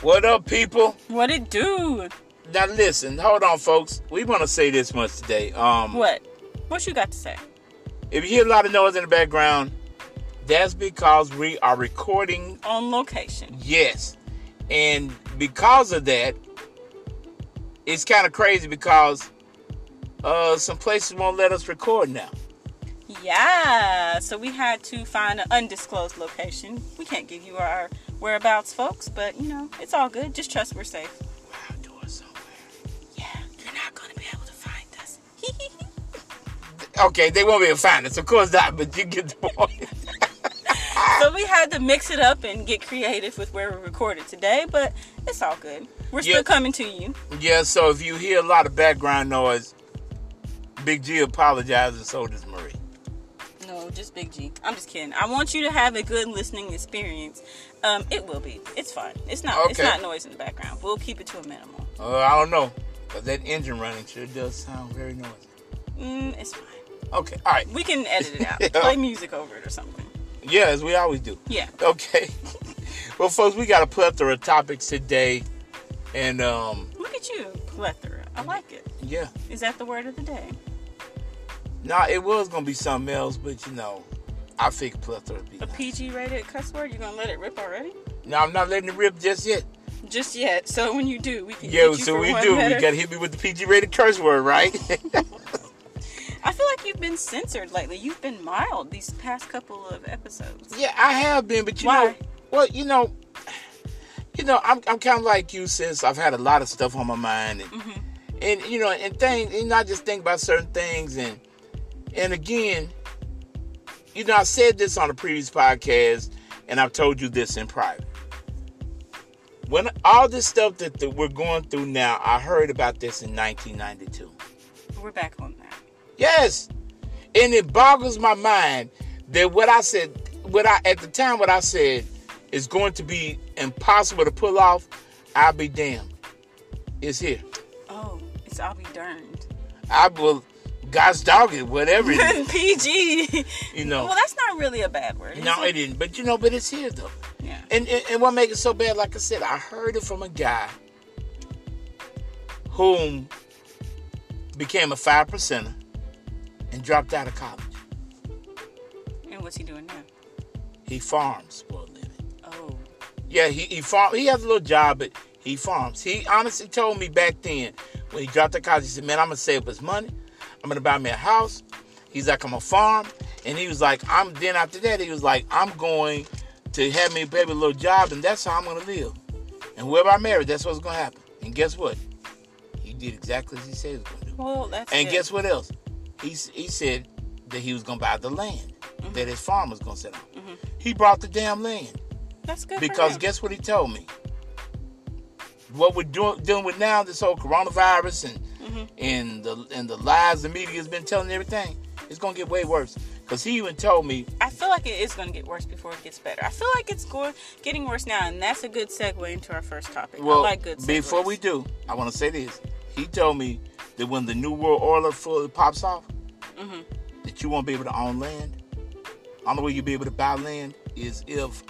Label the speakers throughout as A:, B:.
A: What up, people?
B: What it do?
A: Now listen, hold on, folks. We want to say this much today. Um,
B: What? What you got to say?
A: if you hear a lot of noise in the background, that's because we are recording.
B: On location.
A: Yes, and because of that, it's kind of crazy because uh, some places won't let us record now.
B: Yeah. So we had to find an undisclosed location. We can't give you our whereabouts, folks, but you know, it's all good. Just trust we're safe.
A: We're outdoors somewhere.
B: Yeah. You're not going to be able to find us.
A: Okay, they won't be able to find us, of course not. But you get the point.
B: so we had to mix it up and get creative with where we recorded today, but it's all good. We're
A: Yeah.
B: still coming to you.
A: yeah. So if you hear a lot of background noise, Big G apologizes, and so does Marie.
B: No, just Big G. I'm just kidding. I want you to have a good listening experience. Um, it will be. It's fun. It's not. It's
A: Okay.
B: not noise in the background. We'll keep it to a minimum.
A: Uh, I don't know. But that engine running sure does sound very noisy.
B: Mm, it's fine.
A: Okay, all right.
B: We can edit it out.
A: Yeah.
B: Play music over it or something.
A: Yeah, as we always do.
B: Yeah.
A: Okay. well, folks, we got a plethora of topics today. And, um,
B: Look at you, plethora. I like it.
A: yeah.
B: Is that the word of the day?
A: Now, it was going to be something else, but, you know, I think plethora would be
B: A
A: nice.
B: PG rated cuss word? You're gonna let it rip already?
A: No, I'm not letting it rip just yet.
B: Just yet. So when you do, we can. hit
A: Yeah,
B: you
A: so
B: for
A: we
B: one
A: do.
B: letter.
A: We got to hit me with the PG rated curse word, right?
B: I feel like you've been censored lately. You've been mild these past couple of episodes.
A: Yeah, I have been, but you
B: Why?
A: know, well, you know, you know, I'm, I'm kind of like you since I've had a lot of stuff on my mind, and, and you know, and things, and I just think about certain things, and and again, you know, I said this on a previous podcast, and I've told you this in private. When all this stuff that, that we're going through now, I heard about this in 1992.
B: We're back on that.
A: Yes. And it boggles my mind that what I said, what I at the time what I said is going to be impossible to pull off, I'll be damned. It's here.
B: Oh, it's I'll be darned.
A: I will God's dog it, whatever it is,
B: PG.
A: you know.
B: Well, that's not really a bad word. is
A: no,
B: it?
A: it isn't. But you know, but it's here though.
B: Yeah.
A: And, and and what makes it so bad, like I said, I heard it from a guy whom became a five percenter and dropped out of college.
B: And what's he doing now?
A: He farms for a living.
B: Oh,
A: Yeah, he, he farm. He has a little job, but he farms. He honestly told me back then when he dropped out of college, he said, "Man, I'm gonna save up his money. I'm gonna buy me a house." He's like, "I'm gonna farm," and he was like, "I'm." Then after that, he was like, "I'm going to have me a baby little job, and that's how I'm gonna live. And whoever I marry, that's what's gonna happen." And guess what? He did exactly as he said he was gonna do.
B: well, that's.
A: And
B: good.
A: guess what else? He, s- he said that he was gonna buy the land that his farm was gonna set on. He bought the damn land.
B: That's good. for
A: Because
B: him.
A: guess what he told me? What we're doing dealing with now, this whole coronavirus and
B: Mm-hmm.
A: and the and the lies the media has been telling and everything, it's gonna get way worse. Cause he even told me,
B: I feel like it is going to get worse before it gets better. I feel like it's going getting worse now, and that's a good segue into our first topic.
A: well,
B: I like good. Segues.
A: before we do, I want to say this. He told me that when the new world order fully pops off,
B: Mm-hmm.
A: that you won't be able to own land. Only way you'll be able to buy land is if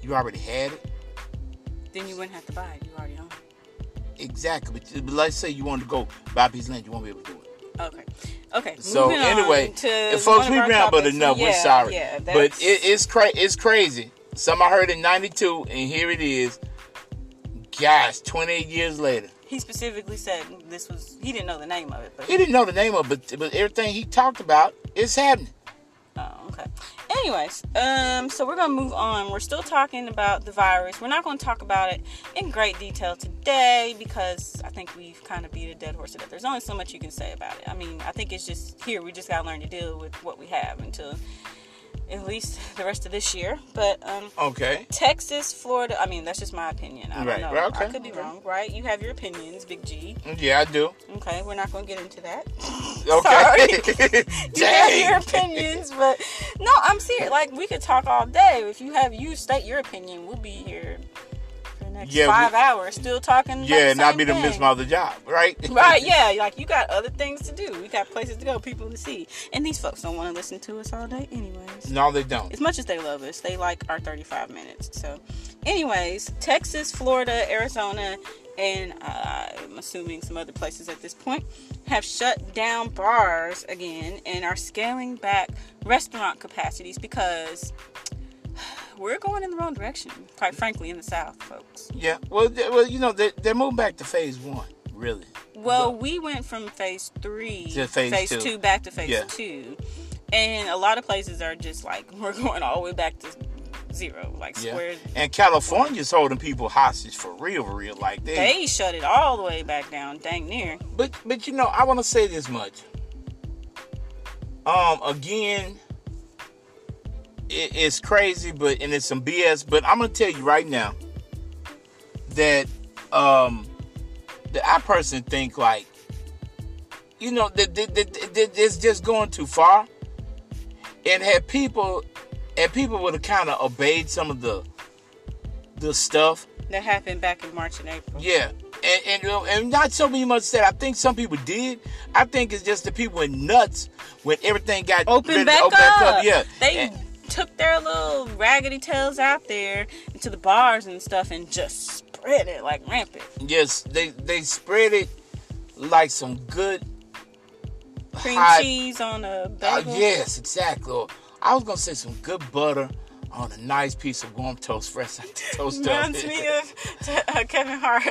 A: you already had it.
B: then you wouldn't have to buy it. You already own. it.
A: Exactly. But, but let's say you wanted to go buy a piece of land, you won't be able to do it.
B: Okay. Okay.
A: So
B: moving on
A: anyway,
B: to
A: if
B: one
A: folks,
B: of
A: we
B: our
A: rambled
B: topics.
A: enough. We're
B: Yeah,
A: sorry,
B: Yeah,
A: but
B: that's-
A: it, it's cra- it's crazy. Some I heard in '92, and here it is. Gosh, 28 years later,
B: he specifically said this was. He didn't know the name of it, but
A: he didn't know the name of, it, but but everything he talked about is happening.
B: Oh, okay. Anyways, um, so we're gonna move on. We're still talking about the virus. We're not gonna talk about it in great detail today because I think we've kind of beat a dead horse to death. There's only so much you can say about it. I mean, I think it's just here. We just gotta learn to deal with what we have until at least the rest of this year. But um,
A: Okay,
B: Texas, Florida. I mean, that's just my opinion. I
A: Right,
B: don't know.
A: right, okay,
B: I could be
A: okay.
B: wrong. Right? You have your opinions, Big G.
A: yeah, I do.
B: Okay, we're not gonna get into that.
A: Okay,
B: you have your
A: dang.
B: opinions, but no, I'm serious. Like we could talk all day. If you have you state your opinion, we'll be here for the next
A: Yeah, we-
B: five hours still talking. about
A: Yeah,
B: the
A: and I'll
B: same
A: be to miss
B: thing.
A: my other job, right?
B: Right, yeah, like you got other things to do. We got places to go, people to see, and these folks don't want to listen to us all day, anyways.
A: No, they don't.
B: As much as they love us, they like our 35 minutes. So anyways, Texas, Florida, Arizona, and uh, I'm assuming some other places at this point have shut down bars again and are scaling back restaurant capacities because we're going in the wrong direction, quite frankly, in the South, folks.
A: Yeah. Well, they, well, you know, they they moved back to phase one, really.
B: Well, we went from phase three
A: To phase two.
B: back to phase
A: Yeah.
B: two, and a lot of places are just like we're going all the way back to zero, like
A: Yeah.
B: square.
A: And California's holding people hostage for real, real. Like they,
B: They shut it all the way back down, dang near.
A: But but you know, I want to say this much. Um, again, it, it's crazy, but and it's some BS. But I'm gonna tell you right now that um that I personally think like you know that that- that- that- that it's just going too far. And had people and people would have kind of obeyed some of the the stuff
B: That happened back in March and April.
A: yeah, and and, uh, and not so many much said. I think some people did. I think it's just the people went nuts when everything got
B: Open
A: ready to
B: back,
A: open
B: up.
A: back Yeah,
B: They
A: And-
B: took their little raggedy tails out there into the bars and stuff and just spread it like rampant.
A: yes, they they spread it like some good.
B: Cream
A: hot-
B: cheese on a
A: Uh,
B: bagel.
A: yes, exactly. Or I was gonna say some good butter on a nice piece of warm toast, fresh out the toast.
B: Reminds me of uh, Kevin Hart.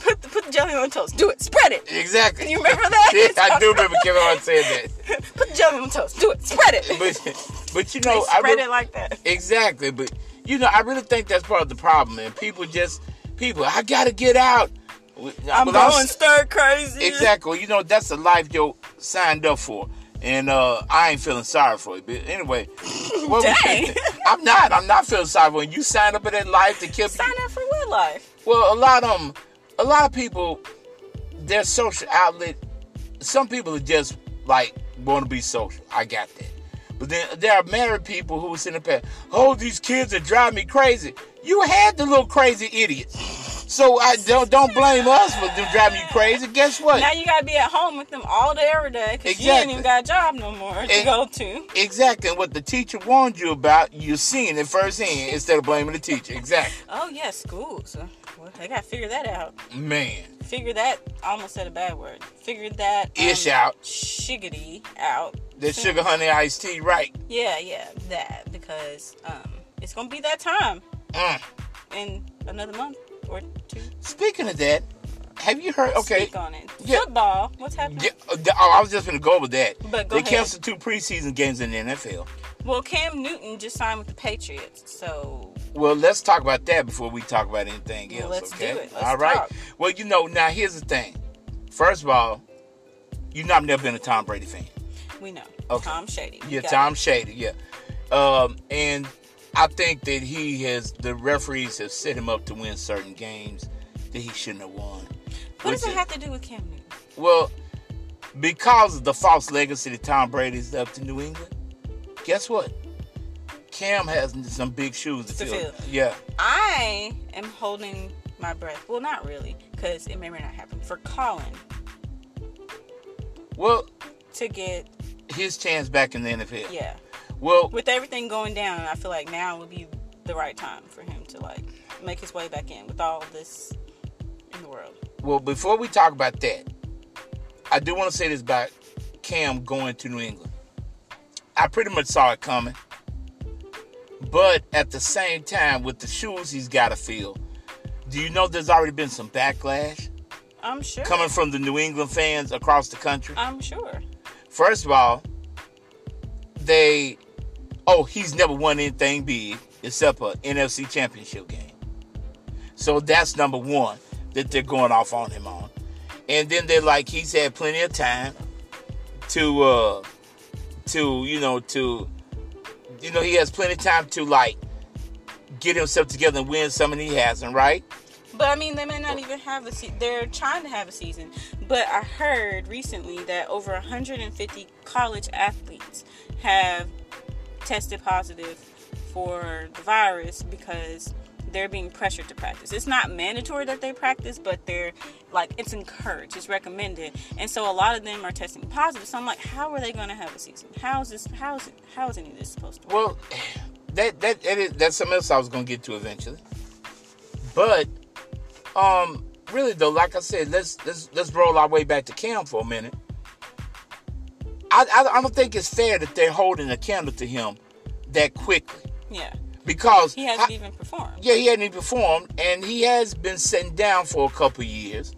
B: Put the, put the jelly on toast. Do it. Spread it.
A: Exactly.
B: You remember that?
A: Yeah, I do remember Kevin Hart saying that.
B: Put the jelly on toast. Do it. Spread it.
A: But but you
B: they
A: know, I
B: spread
A: re-
B: it like that.
A: Exactly, but you know, I really think that's part of the problem, man. People just, people, I gotta get out. uh,
B: I'm
A: Well,
B: going stir crazy.
A: Exactly, you know, that's the life you signed up for, and uh, I ain't feeling sorry for it. But anyway, what we-
B: Dang.
A: I'm not. I'm not feeling sorry for it. You signed up for that life to keep.
B: Sign up for Wood Life.
A: Well, a lot of 'em- a lot of people, their social outlet. Some people are just like want to be social. I got that. But then there are married people who are sitting up there. Oh, these kids are driving me crazy. You had the little crazy idiots. So I don't don't blame us for them driving you crazy. Guess what?
B: Now you gotta be at home with them all day, every day, because you ain't
A: Exactly.
B: even got a job no more to
A: And-
B: go to.
A: exactly. And what the teacher warned you about, you're seeing it firsthand instead of blaming the teacher. Exactly.
B: Oh yeah, schools. Uh, Well, they gotta figure that out.
A: Man.
B: Figure that. I almost said a bad word. Figure that. um,
A: Ish out.
B: Shiggity out.
A: The sugar honey iced tea, right.
B: Yeah, yeah, that because um, it's gonna be that time
A: Mm.
B: in another month or two.
A: Speaking of that, have you heard okay.
B: Speak on it.
A: Yeah.
B: Football. What's happening?
A: Yeah, uh, th- oh, I was just going to go over that.
B: But go
A: they
B: ahead.
A: canceled two preseason games in the NFL.
B: Well, Cam Newton just signed with the Patriots, so
A: Well, let's talk about that before we talk about anything else.
B: Well, let's
A: okay.
B: do it. Let's
A: all right.
B: talk.
A: Well, you know, now here's the thing. First of all, you know I've never been a Tom Brady fan.
B: we know
A: Okay.
B: Tom Shady. We
A: Yeah,
B: got
A: Tom Shady. Yeah, um, and I think that he has the referees have set him up to win certain games that he shouldn't have won.
B: it. What does
A: Which
B: it
A: is-
B: have to do with Cam Newton?
A: Well, because of the false legacy that Tom Brady's left to New England, guess what? Cam has some big shoes to,
B: To
A: fill.
B: fill.
A: Yeah,
B: I am holding my breath. Well, not really, because it may or may not happen for Colin
A: well,
B: to get
A: his chance back in the NFL.
B: yeah.
A: Well,
B: With everything going down, I feel like now would be the right time for him to like make his way back in with all this in the world.
A: well, before we talk about that, I do want to say this about Cam going to New England. I pretty much saw it coming, but at the same time, with the shoes he's got to fill, do you know there's already been some backlash
B: I'm sure.
A: coming from the New England fans across the country?
B: I'm sure.
A: First of all, they oh he's never won anything big except a NFC Championship game. So that's number one that they're going off on him on, and then they're like he's had plenty of time to uh to you know to you know he has plenty of time to like get himself together and win some and he hasn't right
B: But I mean, they may not even have a season. They're trying to have a season. But I heard recently that over 150 college athletes have tested positive for the virus because they're being pressured to practice. It's not mandatory that they practice, but they're like, it's encouraged, it's recommended. And so a lot of them are testing positive. So I'm like, how are they going to have a season? How is this, how is it, how is any of this supposed to work?
A: well that that, that is that's something else i was gonna get to eventually But um, really though, like I said, let's let's let's roll our way back to Cam for a minute. I, I, I don't think it's fair that they're holding a candle to him that quickly
B: Yeah.
A: because
B: He hasn't
A: how-
B: even performed.
A: yeah, he hadn't even performed, and he has been sitting down for a couple years.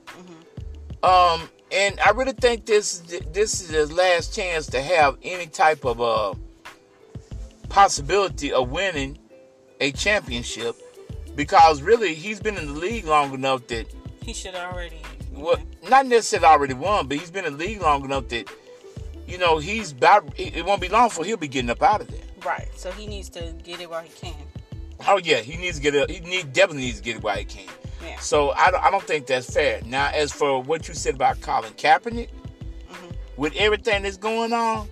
A: Um, and I really think this this is his last chance to have any type of uh, possibility of winning a championship, because really he's been in the league long enough that
B: He should already.
A: well, not necessarily already won, but he's been in the league long enough that you know he's about. It it won't be long for he'll be getting up out of there.
B: Right. So he needs to get it while he can.
A: Oh yeah, he needs to get up. He need, definitely needs to get it while he can.
B: Yeah.
A: So I don't, I don't think that's fair. Now, as for what you said about Colin Kaepernick,
B: Mm-hmm.
A: with everything that's going on,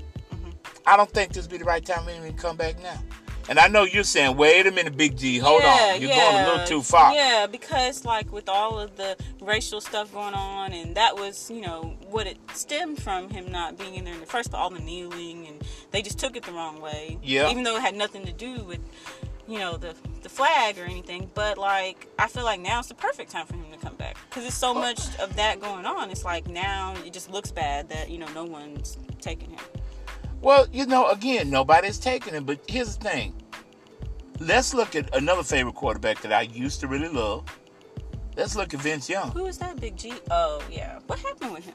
A: I don't think this be the right time for him to come back now. And I know you're saying, wait a minute, Big G, hold
B: yeah,
A: on, you're
B: yeah,
A: going a little too far.
B: Yeah, because like with all of the racial stuff going on, and that was you know what it stemmed from him not being in there in the first. But all the kneeling, and they just took it the wrong way.
A: Yeah.
B: even though it had nothing to do with you know the the flag or anything. But like I feel like now it's the perfect time for him to come back because there's so
A: Oh.
B: much of that going on. It's like now it just looks bad that you know no one's taking him.
A: Well, you know, again, nobody's taking him. But here's the thing. Let's look at another favorite quarterback that I used to really love. Let's look at Vince Young.
B: Who is that big G? Oh yeah, what happened with him?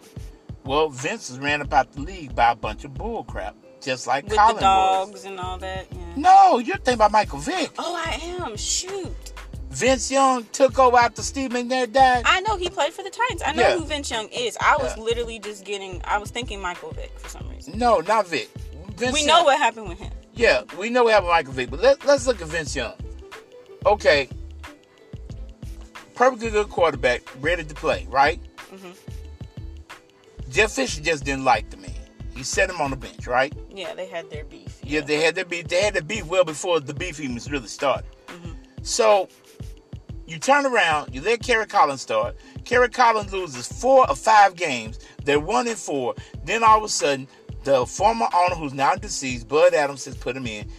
A: Well, Vince was ran about the league by a bunch of bull crap, just like
B: With
A: Colin
B: the
A: was.
B: dogs and all that. Yeah.
A: No, you're thinking about Michael Vick.
B: Oh, I am. Shoot.
A: Vince Young took over after Steve McNair died.
B: I know he played for the Titans. I know
A: Yeah.
B: who Vince Young is. I was
A: Yeah.
B: literally just getting, I was thinking Michael Vick for some reason.
A: No, not Vic. Vince
B: we
A: Young.
B: know what happened with him.
A: Yeah, we know we have Michael Vick, but let, let's look at Vince Young. Okay, perfectly good quarterback, ready to play, right?
B: Mm-hmm.
A: Jeff Fisher just didn't like the man. He set him on the bench, right?
B: Yeah, they had their beef.
A: Yeah, they had that beef. They had the beef well before the beef even really started. So you turn around, you let Kerry Collins start. Kerry Collins loses four or five games. They're one and four. Then all of a sudden, the former owner, who's now deceased, Bud Adams, has put him in.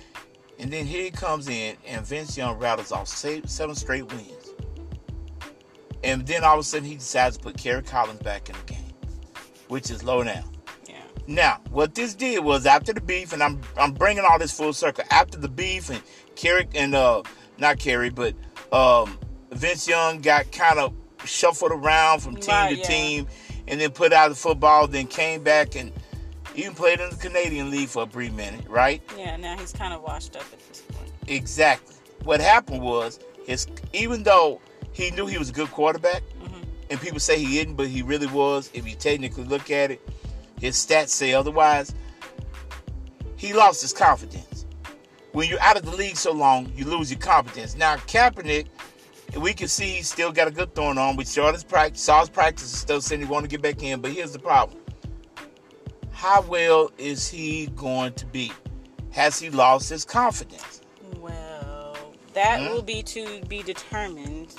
A: And then here he comes in, and Vince Young rattles off se- seven straight wins. And then all of a sudden, he decides to put Kerry Collins back in the game, which is low now.
B: Yeah.
A: Now, what this did was after the beef, and I'm I'm bringing all this full circle. After the beef, and Kerry and uh not Kerry, but um Vince Young got kind of shuffled around from team
B: Right,
A: to
B: yeah.
A: team, and then put out of football. Then came back and even played in the Canadian League for a brief minute, right?
B: Yeah, now he's kind of washed up at this point.
A: Exactly. What happened was his even though he knew he was a good quarterback, and people say he isn't, but he really was. If you technically look at it, his stats say otherwise. He lost his confidence. When you're out of the league so long, you lose your confidence. Now Kaepernick, we can see he still got a good throwing arm. We saw his practice, saw his practice and stuff, saying he want to get back in. But here's the problem: how well is he going to be? Has he lost his confidence?
B: Well, that
A: Mhm.
B: will be to be determined.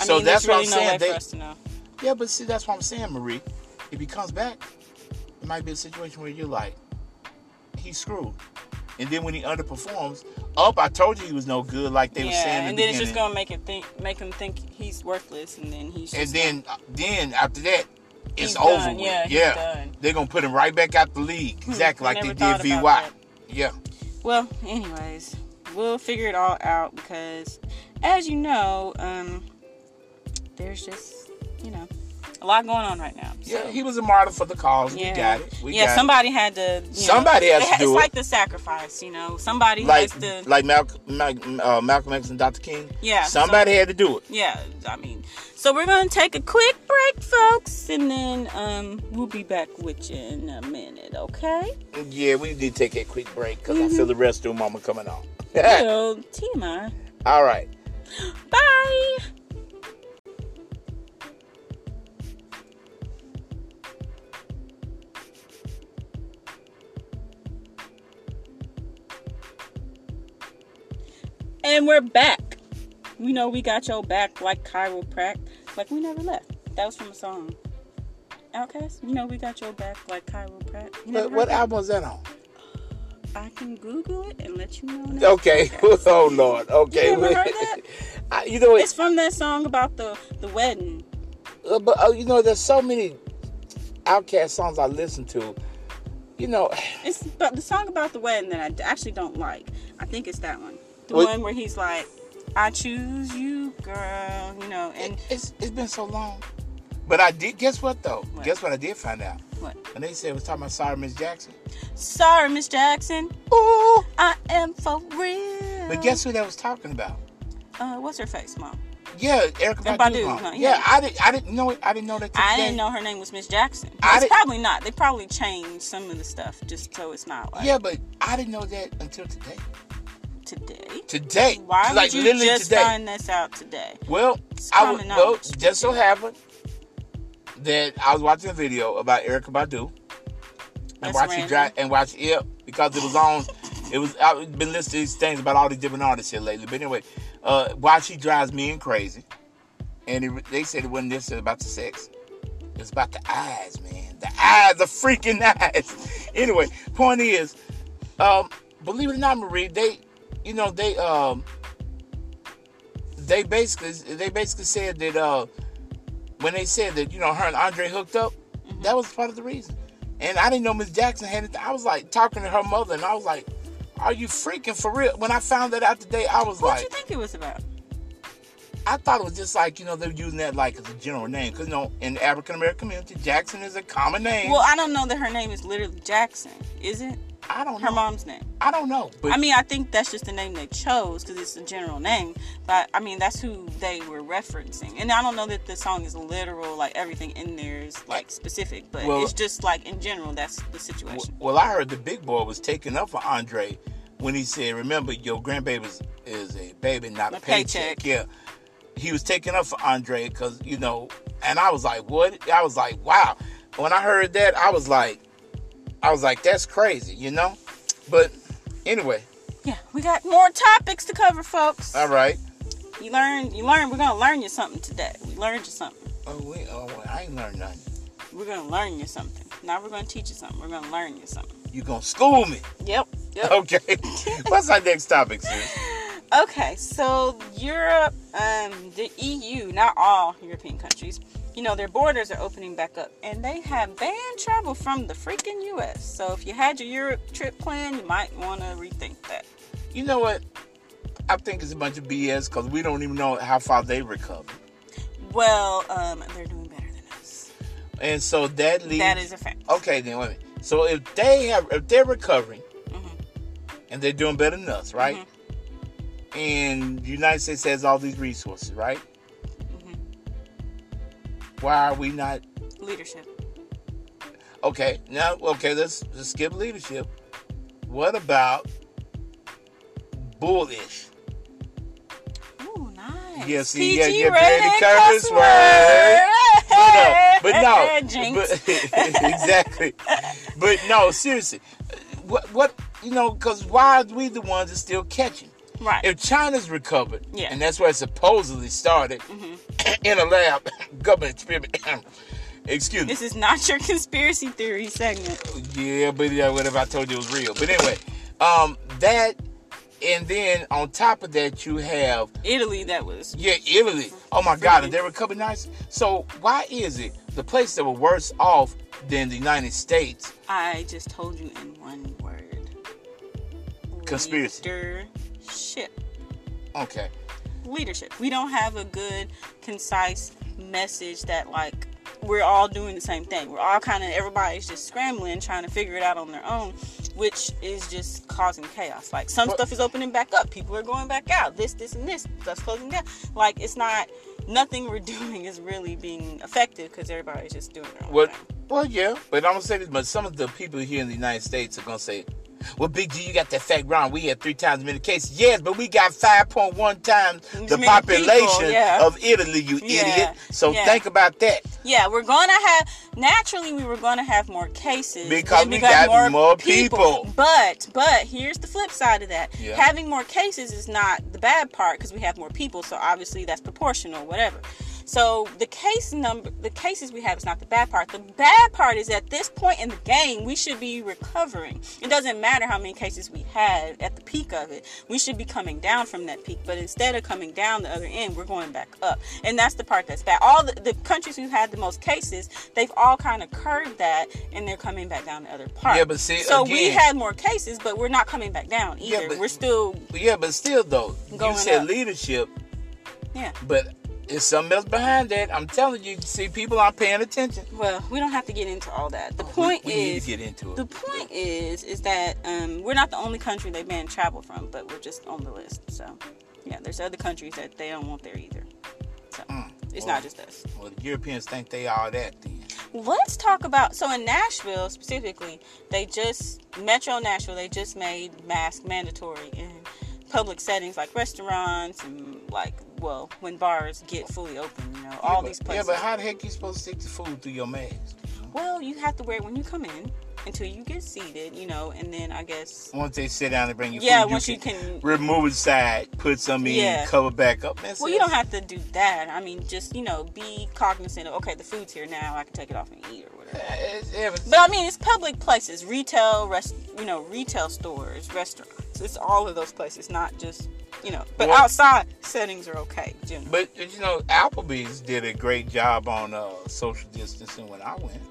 B: I
A: So
B: mean,
A: that's
B: there's
A: what
B: really
A: I'm
B: no
A: saying.
B: way
A: They-
B: for us to know.
A: Yeah, but see, that's what I'm saying, Marie. If he comes back, it might be a situation where you're like, he's screwed. And then when he underperforms, up, I told you he was no good, like they were
B: Yeah,
A: saying in
B: and
A: the
B: then it's
A: beginning.
B: just gonna make it think, make him think he's worthless, and then he's.
A: and
B: Just
A: then, uh, then after that, it's
B: He's
A: over
B: done.
A: with.
B: Yeah, he's done. Hmm,
A: they're gonna put him right back out the league, exactly like they
B: never thought
A: did
B: about
A: Vy.
B: that.
A: Yeah,
B: Well, anyways, we'll figure it all out because, as you know, um, there's just you know a lot going on right now. So,
A: yeah, he was a martyr for the cause. We got it. We
B: yeah,
A: got
B: somebody had to. You know,
A: Somebody has
B: it
A: to
B: ha-
A: do
B: It's
A: it.
B: like the sacrifice, you know. Somebody
A: it. Like,
B: has to.
A: like Malcolm, Mal- uh, Malcolm X and Dr. King.
B: Yeah,
A: somebody had to do it.
B: yeah, I mean, so we're gonna take a quick break, folks, and then um, we'll be back with you in a minute, okay?
A: Yeah, we need to take a quick break because
B: Mm-hmm.
A: I feel the restroom mama coming on.
B: Well, TMI.
A: All right.
B: Bye. And we're back. We know we got your back like chiropract, like we never left. That was from a song. Outcast, you know we got your back like chiropract. You never
A: What,
B: heard
A: what
B: that?
A: album was that on?
B: I can Google it and let you know. next
A: Okay.
B: podcast.
A: oh Lord. Okay.
B: You never heard that?
A: I, you know,
B: It's from that song about the the wedding.
A: Uh, but uh, you know, there's so many Outcast songs I listen to. You know,
B: It's but the song about the wedding that I d- actually don't like. I think it's that one. The
A: What-
B: one where he's like, "I choose you, girl," you know, and
A: it, it's it's been so long. But I did. Guess what though?
B: What?
A: Guess what I did find out.
B: what?
A: And they said it was talking about Sorry Miss Jackson.
B: Sorry, Miss Jackson,
A: Ooh.
B: I am for real.
A: But guess who that was talking about?
B: uh, what's her face, mom?
A: Yeah, Erica
B: And
A: Badu.
B: Badu,
A: mom.
B: huh,
A: yeah.
B: yeah.
A: I didn't. I didn't know. it. I didn't know that.
B: I
A: today.
B: didn't know her name was Miss Jackson.
A: I
B: It's
A: didn't-
B: probably not. They probably changed some of the stuff just so it's not like
A: Yeah, but I didn't know that until today.
B: today.
A: Today,
B: Why
A: like
B: would you
A: literally
B: just
A: today.
B: find this out today?
A: well,
B: It's
A: I would,
B: common
A: well
B: knowledge.
A: just so happened that I was watching a video about Erica Badu and
B: That's
A: watching
B: random.
A: dry, and watch it because it was on. It was I've been listening to these things about all these different artists here lately. But anyway, uh, why she drives me in crazy, and it, they said it wasn't necessarily about the sex. It's about the eyes, man. The eyes, the freaking eyes. anyway, point is, um, believe it or not, Marie, they, you know, they, um, they basically, they basically said that uh, when they said that, you know, her and Andre hooked up,
B: Mm-hmm.
A: that was part of the reason. And I didn't know Miss Jackson had it. I was like talking to her mother, and I was like, "Are you freaking for real?" When I found that out today, I was
B: What
A: like,
B: would you think it was about?
A: I thought it was just like you know they're using that like as a general name because you know in the African American community, Jackson is a common name.
B: Well, I don't know that her name is literally Jackson, is it?
A: I don't know.
B: Her mom's name.
A: I don't know. But
B: I mean, I think that's just the name they chose because it's a general name. But I mean, that's who they were referencing. And I don't know that the song is literal, like everything in there is like specific, but
A: Well-
B: it's just like in general, that's the
A: w-
B: situation.
A: well, I heard the big boy was taking up for Andre when he said, "Remember, your grandbaby is, is a baby, not a,
B: A
A: paycheck.
B: paycheck.
A: Yeah, he was taking up for Andre because you know. And I was like, "What?" I was like, "Wow." When I heard that, I was like, "I was like, that's crazy," you know. But anyway,
B: Yeah, we got more topics to cover, folks.
A: all right.
B: You learn, you learn. We're gonna learn you something today. We learned you something.
A: Oh, we, oh, I ain't learned nothing.
B: We're gonna learn you something. Now we're gonna teach you something. We're gonna learn you something.
A: You gonna school me?
B: Yep. Yep.
A: Okay. What's our next topic, sis?
B: Okay, so Europe, um, the EU, not all European countries, you know, their borders are opening back up and they have banned travel from the freaking US. So if you had your Europe trip planned, you might want to rethink that.
A: You know what? I think it's a bunch of BS because we don't even know how far they recovered,
B: Well, um, they're doing better than us.
A: and so that leads.
B: That is a fact.
A: okay. Then wait. A minute. So if they have, if they're recovering,
B: Mhm.
A: and they're doing better than us, right? And the United States has all these resources, right?
B: Mhm.
A: Why are we not?
B: Leadership.
A: Okay. Now, okay. Let's, let's skip leadership. What about bullish?
B: Ooh, nice.
A: Yeah, see, yeah,
B: PG
A: yeah,
B: rated
A: baby,
B: cuss
A: curse
B: word.
A: no, but no,
B: Jinx.
A: but- exactly. But no, seriously, what what you know? Because why are we the ones that's still catching?
B: right.
A: If China's recovered,
B: Yeah.
A: and that's where it supposedly started in a lab, government experiment. excuse me.
B: this is not your conspiracy theory segment.
A: Yeah, but yeah, what if I told you it was real? But anyway, um, that, and then on top of that, you have
B: Italy, that was
A: Yeah, Italy. Oh my God, are they recovering nice? So why is it the place that were worse off than the United States?
B: I just told you in one word.
A: Conspiracy.
B: Leadership.
A: Okay,
B: Leadership. We don't have a good, concise message that like we're all doing the same thing. We're all kind of everybody's just scrambling, trying to figure it out on their own, which is just causing chaos. Like some
A: Well-
B: stuff is opening back up, people are going back out. This, this, and this stuff's closing down. Like it's not nothing we're doing is really being effective because everybody's just doing their own
A: well,
B: thing.
A: well, yeah, but I'm gonna say this, but some of the people here in the United States are gonna say, "Well, Big G, you got that fact wrong. We had three times as many cases. Yes, but we got 5.1 times
B: As
A: the
B: many
A: population
B: people, yeah.
A: of Italy. You
B: Yeah,
A: idiot. So
B: yeah.
A: think about that.
B: Yeah, we're gonna have naturally we were gonna have more cases
A: Because
B: then
A: we got more people.
B: But but here's the flip side of that:
A: Yeah.
B: having more cases is not the bad part because we have more people, so obviously that's proportional, whatever. So the case number, the cases we have is not the bad part. The bad part is at this point in the game, we should be recovering. It doesn't matter how many cases we had at the peak of it. We should be coming down from that peak, but instead of coming down the other end, we're going back up, and that's the part that's bad. All the, the countries who've had the most cases, they've all kind of curved that, and they're coming back down the other part.
A: Yeah, but see,
B: so we
A: again-
B: had more cases, but we're not coming back down either.
A: but-
B: we're still
A: But yeah, but still though,
B: Going
A: you said
B: up.
A: leadership,
B: yeah.
A: but it's something else behind that. I'm telling you, see, people aren't paying attention.
B: Well, we don't have to get into all that. The point
A: we, we
B: is
A: need to get into it.
B: The point is, is that um, we're not the only country they ban travel from, but we're just on the list. So, yeah, there's other countries that they don't want there either. So, it's
A: Mm, well-
B: not just us.
A: well, the Europeans think they are that then.
B: Let's talk about so in Nashville specifically, they just Metro Nashville they just made mask mandatory in public settings like restaurants and like well when bars get fully open, you know, all
A: yeah,
B: these
A: but,
B: places.
A: Yeah, but how the heck you supposed to stick the food through your mask?
B: well, you have to wear it when you come in until you get seated, you know, and then I guess
A: Once they sit down and bring you
B: yeah,
A: food,
B: once
A: you
B: you can
A: remove it aside, put some in,
B: Yeah.
A: cover back up. That's
B: Well,
A: it.
B: you don't have to do that. I mean, just you know, be cognizant of okay, the food's here now. I can take it off and eat or whatever.
A: Uh, It's- it was-
B: But I mean, it's public places, retail, rest, you know, retail stores, restaurants. It's all of those places, not just you know. But
A: Well-
B: outside settings are okay, generally.
A: But you know, Applebee's did a great job on uh, social distancing when I went.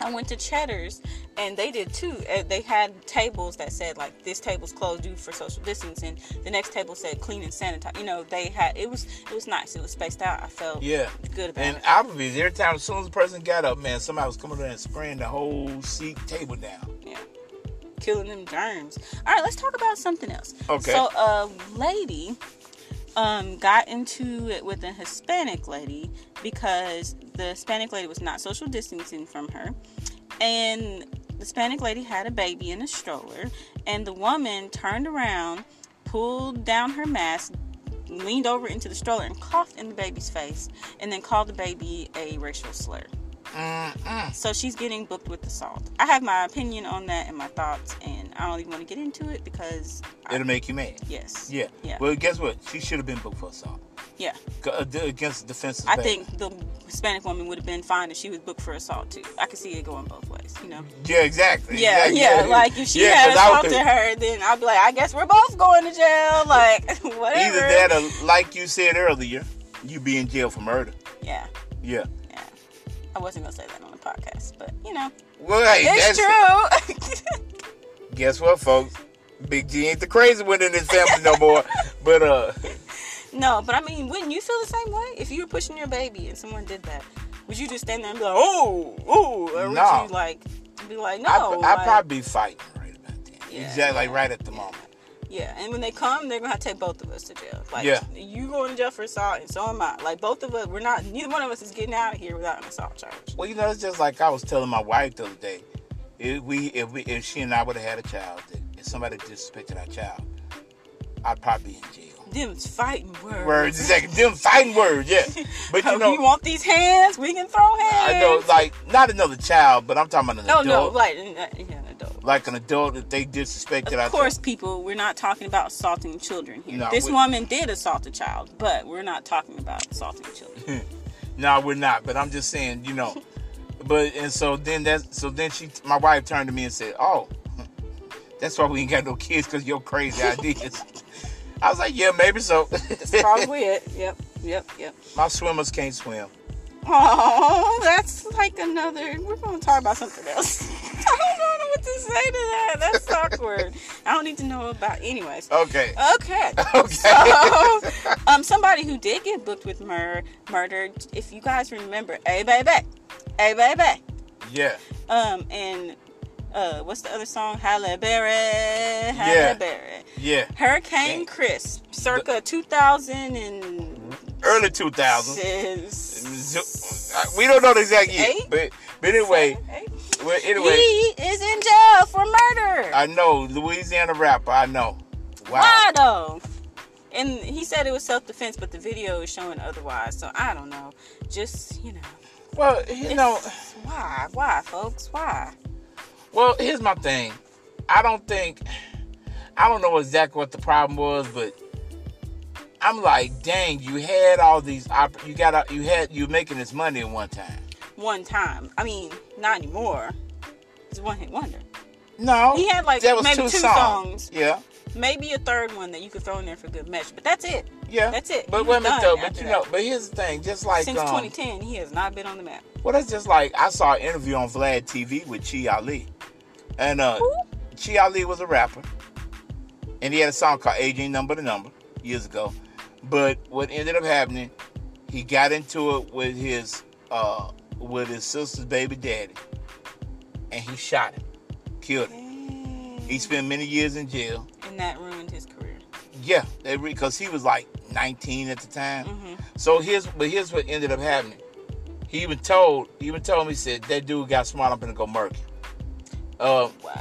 B: I went to Cheddar's and they did too. Uh, They had tables that said like this table's closed due for social distancing. The next table said clean and sanitize. You know, they had it was it was nice. It was spaced out. I felt
A: Yeah.
B: good about
A: And
B: it.
A: Applebee's, every time, as soon as the person got up, man, somebody was coming in and spraying the whole seat table down.
B: Yeah. Killing them germs. All right, let's talk about something else.
A: Okay.
B: So a lady um, got into it with a Hispanic lady because the Hispanic lady was not social distancing from her. And the Hispanic lady had a baby in a stroller. And the woman turned around, pulled down her mask, leaned over into the stroller, and coughed in the baby's face, and then called the baby a racial slur.
A: Mm-mm.
B: So she's getting booked with assault. I have my opinion on that and my thoughts, and I don't even want to get into it because, I-
A: It'll make you mad.
B: yes.
A: Yeah.
B: Yeah.
A: Well, guess what? She should have been booked for assault
B: yeah.
A: G- uh, d- against the defensive.
B: I
A: back.
B: think the Hispanic woman would have been fine if she was booked for assault, too. I could see it going both ways, you know?
A: Yeah, exactly.
B: Yeah,
A: exactly.
B: yeah. Like, if she had
A: 'cause I would
B: assaulted her, then I'd be like, I guess we're both going to jail. Like, whatever.
A: Either that or, like you said earlier, you be in jail for murder.
B: Yeah,
A: Yeah.
B: yeah. I wasn't going to say that on the podcast, but, you know,
A: Well, hey,
B: it's
A: that's
B: true.
A: Guess what, folks? Big G ain't the crazy one in his family no more. But uh,
B: No, but I mean, wouldn't you feel the same way if you were pushing your baby and someone did that? Would you just stand there and be like, "Oh, oh,"
A: No.
B: or would you like be like, "No"?
A: I, I
B: Oh, like-
A: probably be fighting right about that.
B: Yeah.
A: Exactly, like right at the moment.
B: Yeah, and when they come, they're gonna have to take both of us to jail. Like,
A: Yeah.
B: you going to jail for assault, and so am I. Like, both of us, we're not. Neither one of us is getting out of here without an assault charge.
A: Well, you know, it's just like I was telling my wife the other day. If we, if we, if she and I would have had a child, if somebody disrespected our child, I'd probably be in jail.
B: Them's fighting words.
A: Words, exactly. Them fighting words, yeah. But you
B: If you
A: know,
B: want these hands? We can throw hands.
A: I know, like not another child, but I'm talking about an
B: Oh
A: adult.
B: no, like uh, yeah, an adult.
A: like an adult if they disrespected our
B: Of course, people, we're not talking about assaulting children here.
A: No,
B: this
A: we-
B: woman did assault a child, but we're not talking about assaulting children.
A: No, we're not. But I'm just saying, you know. But and so then that's so then she, my wife turned to me and said, "Oh, that's why we ain't got no kids because your crazy ideas." I was like, "Yeah, maybe so."
B: That's probably it. Yep, yep, yep.
A: my swimmers can't swim.
B: Oh, that's like another. We're going to talk about something else. I don't know what to say to that. That's awkward. I don't need to know about. Anyways.
A: Okay.
B: Okay.
A: Oh. Okay.
B: So, um, somebody who did get booked with mur- murder, if you guys remember, hey baby, hey baby,
A: Yeah.
B: um, and uh, what's the other song? Halle Berry, Halle
A: Yeah.
B: Berry.
A: Yeah.
B: Hurricane Chris, circa 2000 and
A: Early 2000s.
B: Six-
A: uh, We don't know the exact year,
B: Eight?
A: but but anyway,
B: Seven, eight.
A: well, anyway,
B: he is in jail for murder.
A: I know Louisiana rapper. I know.
B: Why though? And he said it was self defense, but the video is showing otherwise. So I don't know. Just you know,
A: Well, you know.
B: it's- why, why, folks, why?
A: Well, here's my thing. I don't think I don't know exactly what the problem was, but I'm like, dang, you had all these, opp- you got, you had, you making this money at one time.
B: one time. I mean, not anymore. It's one hit wonder.
A: No,
B: He had, like,
A: there was
B: maybe two songs.
A: Yeah,
B: Maybe a third one that you could throw in there for good measure, but that's it.
A: yeah,
B: That's it.
A: But
B: He's
A: wait a minute
B: done
A: though. But
B: after
A: you
B: that.
A: know, but here's the thing. Just like
B: Since
A: um,
B: 2010, he has not been on the map.
A: Well, that's just like I saw an interview on Vlad TV with Chi Ali, and uh,
B: Who?
A: Chi Ali was a rapper, and he had a song called "Aging Number to Number" years ago. But what ended up happening, he got into it with his uh, with his sister's baby daddy, and he shot him, killed him. He spent many years in jail.
B: And that ruined his career.
A: Yeah, they because he was like 19 at the time.
B: Mhm.
A: So here's but here's what ended up happening. He even told he even told me he said that dude got smart. I'm gonna go murk. him." Uh,
B: Wow.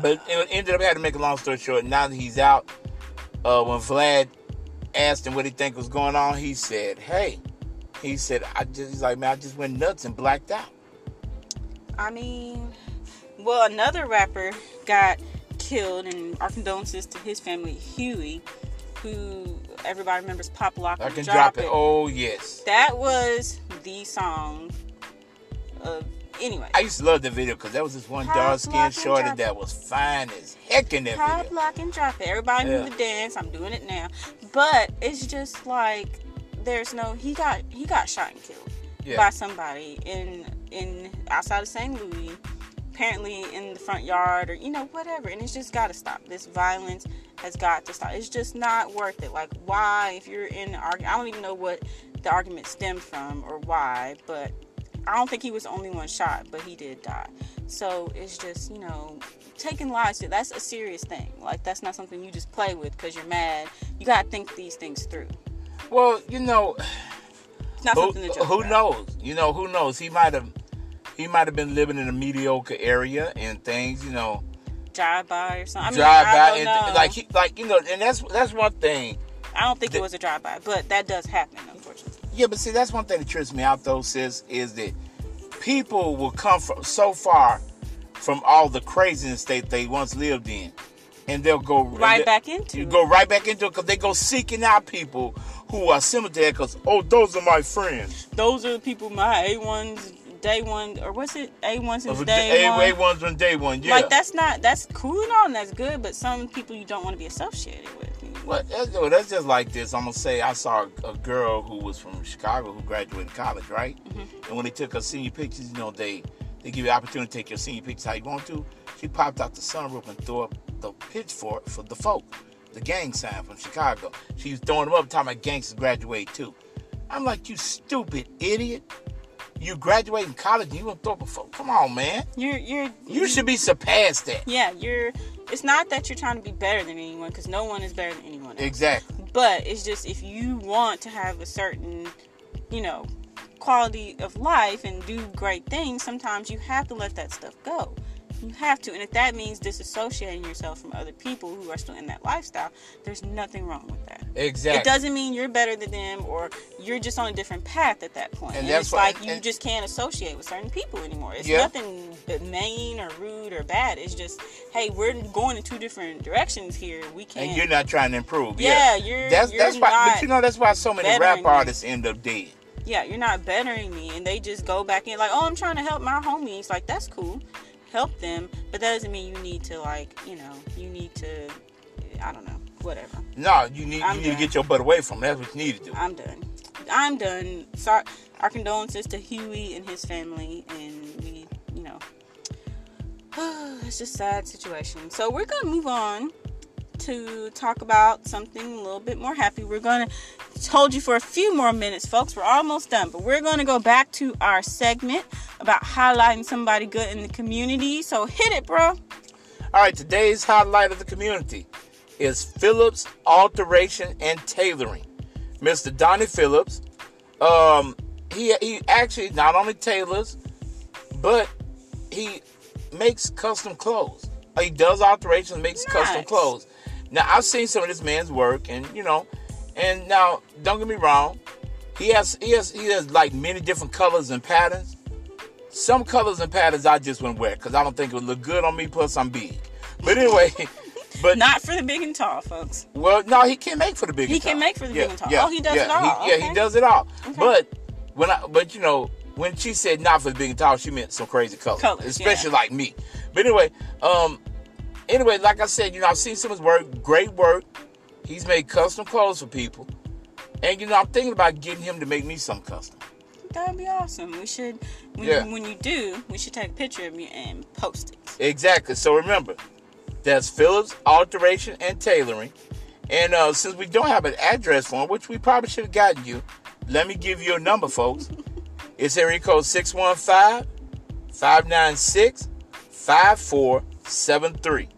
A: but it ended up having to make a long story short. Now that he's out, uh, when Vlad asked him what he think was going on, he said, "Hey," he said, "I just he's like man, I just went nuts and blacked out."
B: I mean, well, another rapper got killed, and our condolences to his family, Huey, who everybody remembers Pop Lock.
A: I
B: and
A: can drop, it. Oh yes,
B: That was the song of. Anyway.
A: I used to love that video because that was this one
B: Pop,
A: dark
B: lock,
A: skinned
B: and
A: shorty
B: drop it.
A: that was fine as heck in that
B: Pop,
A: video.
B: lock, and drop it. Everybody
A: Yeah.
B: knew the dance. I'm doing it now. But it's just like there's no he got he got shot and killed
A: Yeah.
B: by somebody in in outside of St. Louis, apparently in the front yard or you know whatever. And it's just got to stop. This violence has got to stop. It's just not worth it. Like why if you're in an argument, I don't even know what the argument stemmed from or why, but I don't think he was the only one shot, but he did die. So it's just, you know, taking lives, that's a serious thing. Like, that's not something you just play with because you're mad. You got to think these things through.
A: Well, you know,
B: It's not
A: who,
B: something to joke
A: who
B: about.
A: knows? You know, who knows? He might have he might have been living in a mediocre area and things, you know,
B: Drive by or something. I mean,
A: drive
B: I
A: by
B: don't
A: and
B: know.
A: like he like you know, and that's that's one thing.
B: I don't think
A: the-
B: it was a drive by, but that does happen, unfortunately.
A: Yeah, but see that's one thing that trips me out though, sis, is that people will come from so far from all the craziness that they once lived in. And they'll go
B: Right
A: and they-
B: back into
A: You
B: it.
A: go right back into it because they go seeking out people who are similar to that. Because oh, those are my friends.
B: Those are the people, my A1s, day one, or what's it? A1s
A: Of
B: since
A: a
B: day
A: day-
B: one.
A: way ones on day one. Yeah.
B: Like, that's not, that's cool and all, and that's good, but some people you don't want to be associated with.
A: Well, that's, well, that's just like this. I'm gonna say I saw a, a girl who was from Chicago who graduated college, right? And when they took her senior pictures, you know, they they give you the opportunity to take your senior pictures how you want to. She popped out the sunroof and threw up the pitchfork for the folk, the gang sign from Chicago. She was throwing them up, talking about gangsters graduate too. I'm like, you stupid idiot. You graduating college and you gonna throw up a folk. Come on, man.
B: You're, you're,
A: You should be surpassed that.
B: yeah, you're. It's not that you're trying to be better than anyone, because no one is better than anyone. Else.
A: Exactly.
B: But it's just if you want to have a certain, you know, quality of life and do great things, sometimes you have to let that stuff go. You have to, and if that means disassociating yourself from other people who are still in that lifestyle, there's nothing wrong with that.
A: Exactly.
B: It doesn't mean you're better than them or you're just on a different path at that point.
A: And
B: And,
A: that's
B: it's
A: what-
B: like you
A: and-
B: just can't associate with certain people anymore. It's
A: Yeah.
B: nothing but mean or rude or bad. It's just, hey, we're going in two different directions here. We can't.
A: and you're not trying to improve.
B: Yeah, you're-
A: that's
B: you're
A: that's why. But
B: not
A: you know that's why so many
B: bettering
A: rap
B: me.
A: artists end up dead.
B: yeah, you're not bettering me. And they just go back in, like, oh, I'm trying to help my homies. Like, that's cool. Help them. But that doesn't mean you need to, like, you know, you need to, I don't know, whatever.
A: No, you need
B: I'm
A: you need to
B: done.
A: get your butt away from. It. That's what you need to do.
B: I'm done. I'm done. Sorry. Our condolences to Huey and his family, and we, you know, it's just a sad situation. So we're gonna move on to talk about something a little bit more happy. We're gonna hold you for a few more minutes, folks. We're almost done, but we're gonna go back to our segment about highlighting somebody good in the community. So hit it, bro.
A: All right, today's highlight of the community is Phillips Alteration and Tailoring. Mr. Donnie Phillips, um, he he actually not only tailors, but he makes custom clothes. He does alterations, makes custom
B: Nice.
A: clothes. Now I've seen some of this man's work, and you know, and now don't get me wrong, he has he has he has like many different colors and patterns. Some colors and patterns I just wouldn't wear because I don't think it would look good on me. Plus I'm big. But anyway, But
B: Not for the big and tall, folks.
A: well, no, he can make for the big.
B: He
A: and
B: can
A: tall.
B: make for the big and tall. Oh, he does
A: yeah,
B: it all.
A: He, Yeah,
B: Okay.
A: he does it all.
B: Okay.
A: But when I, but you know, when she said not for the big and tall, she meant some crazy color,
B: Colors,
A: especially
B: yeah.
A: like me. But anyway, um, anyway, like I said, you know, I've seen some of his work. Great work. He's made custom clothes for people, and you know, I'm thinking about getting him to make me some custom.
B: That'd be awesome. We should, when,
A: Yeah.
B: you, when you do, we should take a picture of you and post it.
A: Exactly. So remember, that's Phillips Alteration and Tailoring. And uh, since we don't have an address for him, which we probably should have gotten you, let me give you a number, folks. it's area code 615 596 5473.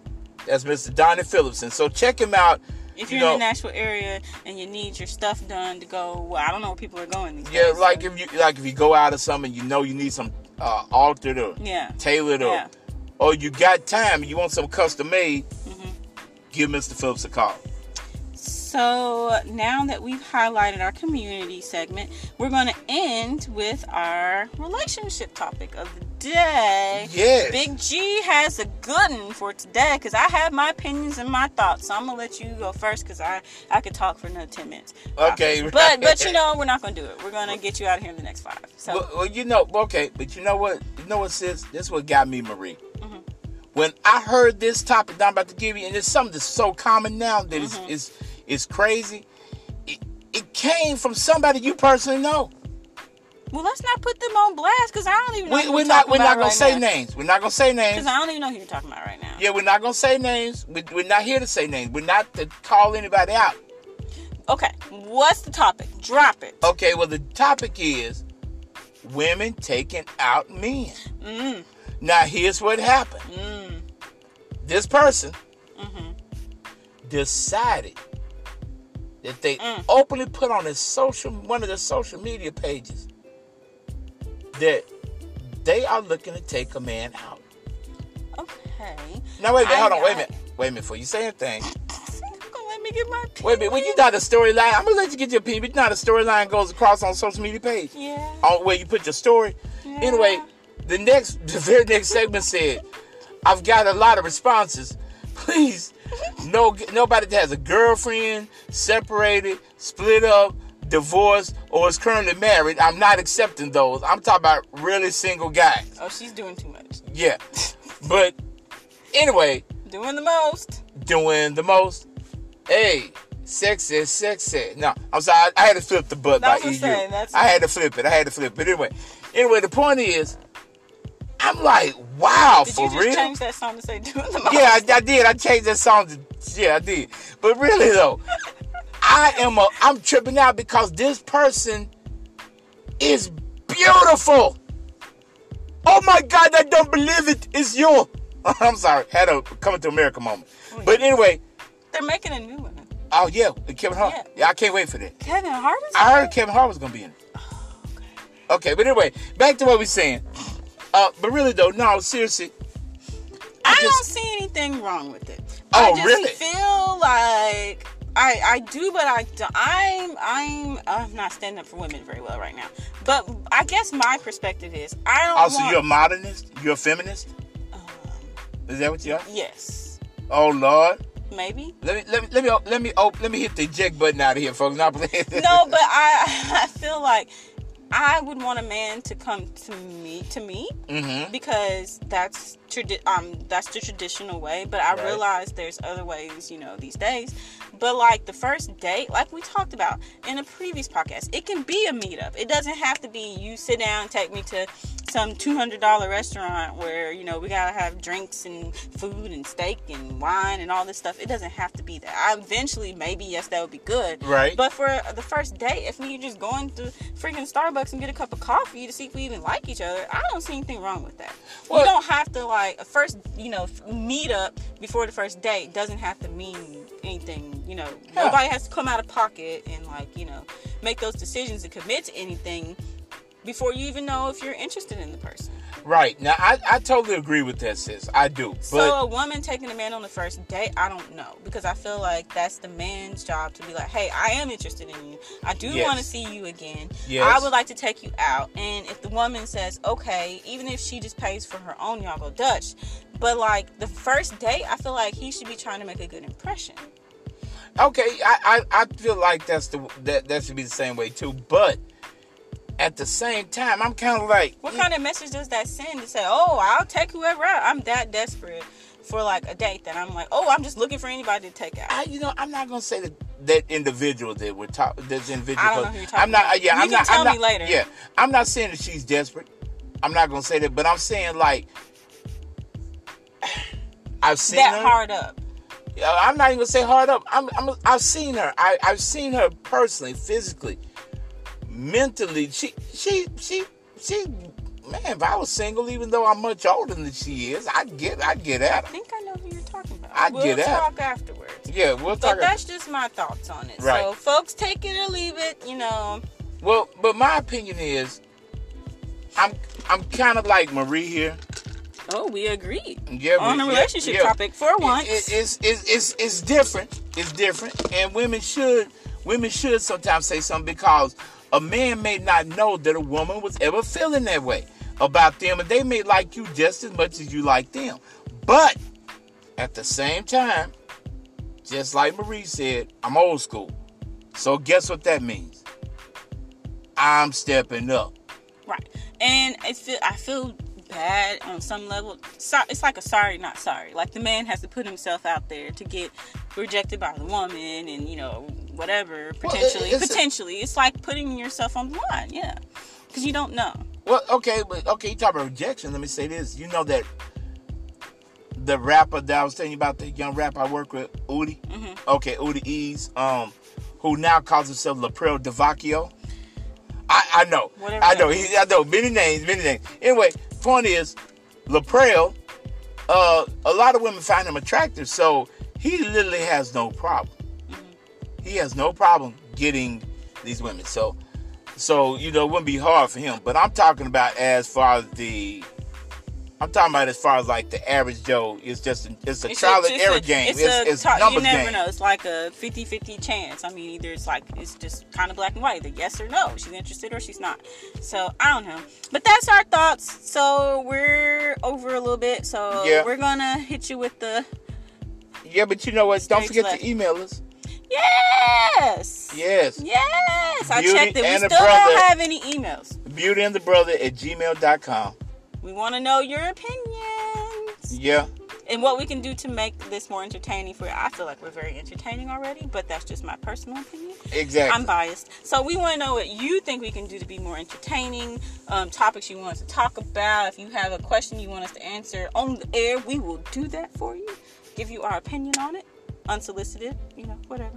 A: That's Mr. Donnie Phillips. And so check him out.
B: If
A: You
B: you're
A: know-
B: in the Nashville area and you need your stuff done to go, well, I don't know where people are going these
A: Yeah,
B: days,
A: like
B: so-
A: if you like if you go out or something, you know you need some uh, altered or
B: yeah,
A: tailored or
B: Yeah.
A: or Oh, you got time and you want some custom made,
B: Mhm.
A: give Mr. Phillips a call.
B: So now that we've highlighted our community segment, we're going to end with our relationship topic of the day.
A: Yes.
B: Big G has a good one for today because I have my opinions and my thoughts. So I'm gonna let you go first because I I could talk for another ten minutes.
A: Okay,
B: But but you
A: right.
B: know we're not gonna do it. We're gonna get you out of here in the next five. So
A: Well, well, you know, okay, but you know what? You know what, sis? This what got me, Marie.
B: Mhm.
A: When I heard this topic that I'm about to give you, and it's something that's so common now that it's
B: Mhm.
A: it's, it's crazy. It, it came from somebody you personally know.
B: well let's not put them on blast because I don't even know.
A: We,
B: who
A: we're not
B: talking
A: we're
B: about
A: not gonna
B: right
A: say
B: now.
A: names. We're not gonna say names.
B: Because I don't even know who you're talking about right now.
A: Yeah, we're not gonna say names. We, we're not here to say names. We're not to call anybody out.
B: Okay, what's the topic? Drop it.
A: Okay, well the topic is women taking out men.
B: Mm,
A: Now here's what happened.
B: mm,
A: This person
B: mm-hmm.
A: decided that they
B: Mm.
A: openly put on his social one of their social media pages that they are looking to take a man out.
B: Okay.
A: Now wait a minute,
B: I-
A: hold on, wait
B: I-
A: a minute. Wait a minute before you say anything.
B: You're gonna let me get my opinion.
A: Wait a minute, when you know the storyline, I'm gonna let you get your opinion, but you know how the storyline goes across on social media page.
B: Yeah.
A: On where you put your story.
B: yeah.
A: Anyway, the next the very next segment said, I've got a lot of responses. Please, no nobody that has a girlfriend, separated, split up, divorced, or is currently married. I'm not accepting those. I'm talking about really single guys.
B: Oh, she's doing too much.
A: Yeah. But anyway,
B: Doing the most.
A: doing the most. Hey, sexy, sexy. No, I'm sorry. I, I had to flip the butt
B: That's
A: by
B: what
A: EU.
B: I'm saying, that's-
A: I had to flip it. I had to flip it. Anyway, anyway, the point is, I'm like, wow,
B: Did
A: for
B: you just
A: real.
B: change that song to say doing the most?
A: yeah, I, I did. I changed that song. To, yeah, I did. But really though, I am. A, I'm tripping out because this person is beautiful. Oh my God, I don't believe it. It's you. I'm sorry. Had a coming to America moment.
B: Oh,
A: But anyway,
B: They're making a new one.
A: Oh yeah, with Kevin Hart.
B: Yeah.
A: Yeah. I can't wait for that.
B: Kevin Hart is.
A: I heard Kevin Hart was gonna be in it.
B: Oh,
A: Okay, but anyway, back to what we're saying. Uh, but really though, no, seriously,
B: I, don't
A: just-
B: see anything wrong with it. I
A: Oh,
B: just
A: really?
B: Feel like I I do, but I do- I'm I'm I'm not standing up for women very well right now. But I guess my perspective is I don't.
A: also
B: want,
A: Oh, you're a modernist, you're a feminist.
B: Um,
A: Is that what you are?
B: yes,
A: Oh Lord,
B: maybe.
A: let me let me let me op- let me op- let me hit the eject button out of here, folks. Not playing.
B: no, but I I feel like I would want a man to come to me to me
A: Mm-hmm.
B: because that's tradi- um that's the traditional way. But I
A: Right.
B: realize there's other ways, you know, these days. But like the first date, like we talked about in a previous podcast, it can be a meetup. It doesn't have to be you sit down, take me to some two hundred dollar restaurant where you know we gotta have drinks and food and steak and wine and all this stuff. It doesn't have to be that. I eventually maybe yes that would be good.
A: Right.
B: But for the first date, if we just going to freaking Starbucks and get a cup of coffee to see if we even like each other, I don't see anything wrong with that.
A: Well-
B: you don't have to like a first, you know, f- meet up before the first date doesn't have to mean anything. You know,
A: Yeah.
B: nobody has to come out of pocket and like you know make those decisions and commit to anything before you even know if you're interested in the person.
A: Right. Now, I, I totally agree with that, sis. I do. But
B: so a woman taking a man on the first date, I don't know because I feel like that's the man's job to be like, hey, I am interested in you. I do
A: Yes.
B: want to see you again.
A: Yes.
B: I would like to take you out. And if the woman says okay, even if she just pays for her own, y'all go Dutch. But like the first date, I feel like he should be trying to make a good impression.
A: okay, I, I, I feel like that's the that that should be the same way too. But at the same time, I'm kind of like,
B: What kind of message does that send to say, oh, I'll take whoever out? I'm that desperate for like a date that I'm like, oh, I'm just looking for anybody to take out.
A: I, you know, I'm not gonna say that that individual that we're talking, that individual.
B: I don't know
A: but
B: who you're talking
A: I'm not. uh,
B: about.
A: Yeah,
B: You
A: I'm
B: can
A: not.
B: tell
A: I'm not,
B: me later.
A: Yeah, I'm not saying that she's desperate. I'm not gonna say that, but I'm saying like, I've seen
B: That
A: her.
B: hard up.
A: Yeah, I'm not even gonna say hard up. I'm, I'm I've seen her. I, I've seen her personally, physically, mentally. She she she she. Man, if I was single, even though I'm much older than she is, I'd get I'd get at
B: I
A: her.
B: think I know who you're talking about.
A: I
B: we'll
A: get it.
B: talk afterwards.
A: Yeah, we'll talk.
B: But that's just my thoughts on it.
A: Right.
B: So, folks, take it or leave it. You know,
A: Well, but my opinion is, I'm I'm kind of like Marie here.
B: oh, we agreed
A: Yeah,
B: on
A: we-
B: a
A: yeah,
B: relationship
A: yeah.
B: topic for once.
A: It- it's, it's it's it's different. It's different, and women should women should sometimes say something because a man may not know that a woman was ever feeling that way about them, and they may like you just as much as you like them. But at the same time, just like Marie said, I'm old school. So guess what that means? I'm stepping up.
B: right. And I feel, I feel bad on some level. So, it's like a sorry, not sorry. Like the man has to put himself out there to get rejected by the woman and, you know, whatever,
A: Well, it-
B: potentially.
A: it's a-
B: potentially. it's like putting yourself on the line. Yeah. Because you don't know.
A: Well, okay, but okay, you talk about rejection. Let me say this. You know that the rapper that I was telling you about, the young rapper I work with, Udi.
B: Mm-hmm.
A: Okay, Udi Ease, um, who now calls himself Laprel Devacchio. I, I know.
B: Whatever
A: I
B: that
A: know. He, I know many names, many names. Anyway, point is, Laprel, uh, a lot of women find him attractive, so he literally has no problem. He has no problem getting these women. So, so you know, it wouldn't be hard for him. But I'm talking about as far as the, I'm talking about as far as like the average Joe. It's just a, it's a trial and error game. It's, it's,
B: tri-
A: numbers
B: You never
A: game.
B: know. It's like a 50-50 chance. I mean, either it's like it's just kind of black and white. The yes or no. She's interested or she's not. So I don't know. But that's our thoughts. So we're over a little bit. So
A: Yeah.
B: we're gonna hit you with the
A: Yeah, but you know what? Don't
B: Straight
A: forget
B: left.
A: to email us.
B: yes.
A: Yes,
B: Yes. I
A: Beauty
B: checked it. We
A: and a
B: still don't
A: brother.
B: have any emails.
A: beautyandthebrother at gmail.com.
B: We want to know your opinions
A: Yeah,
B: and what we can do to make this more entertaining for you. I feel like we're very entertaining already, but that's just my personal opinion.
A: exactly.
B: I'm biased. So we want to know what you think we can do to be more entertaining, um, topics you want us to talk about. If you have a question you want us to answer on the air, we will do that for you. Give you our opinion on it, unsolicited, you know, whatever.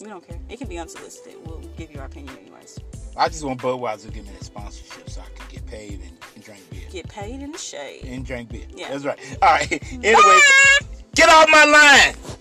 B: We don't care. It can be unsolicited. We'll give you our opinion anyways.
A: I just want Budweiser to give me that sponsorship so I can get paid and, and drink beer.
B: Get paid in the shade.
A: And drink beer.
B: Yeah.
A: That's right. All right. Anyways, get off my line.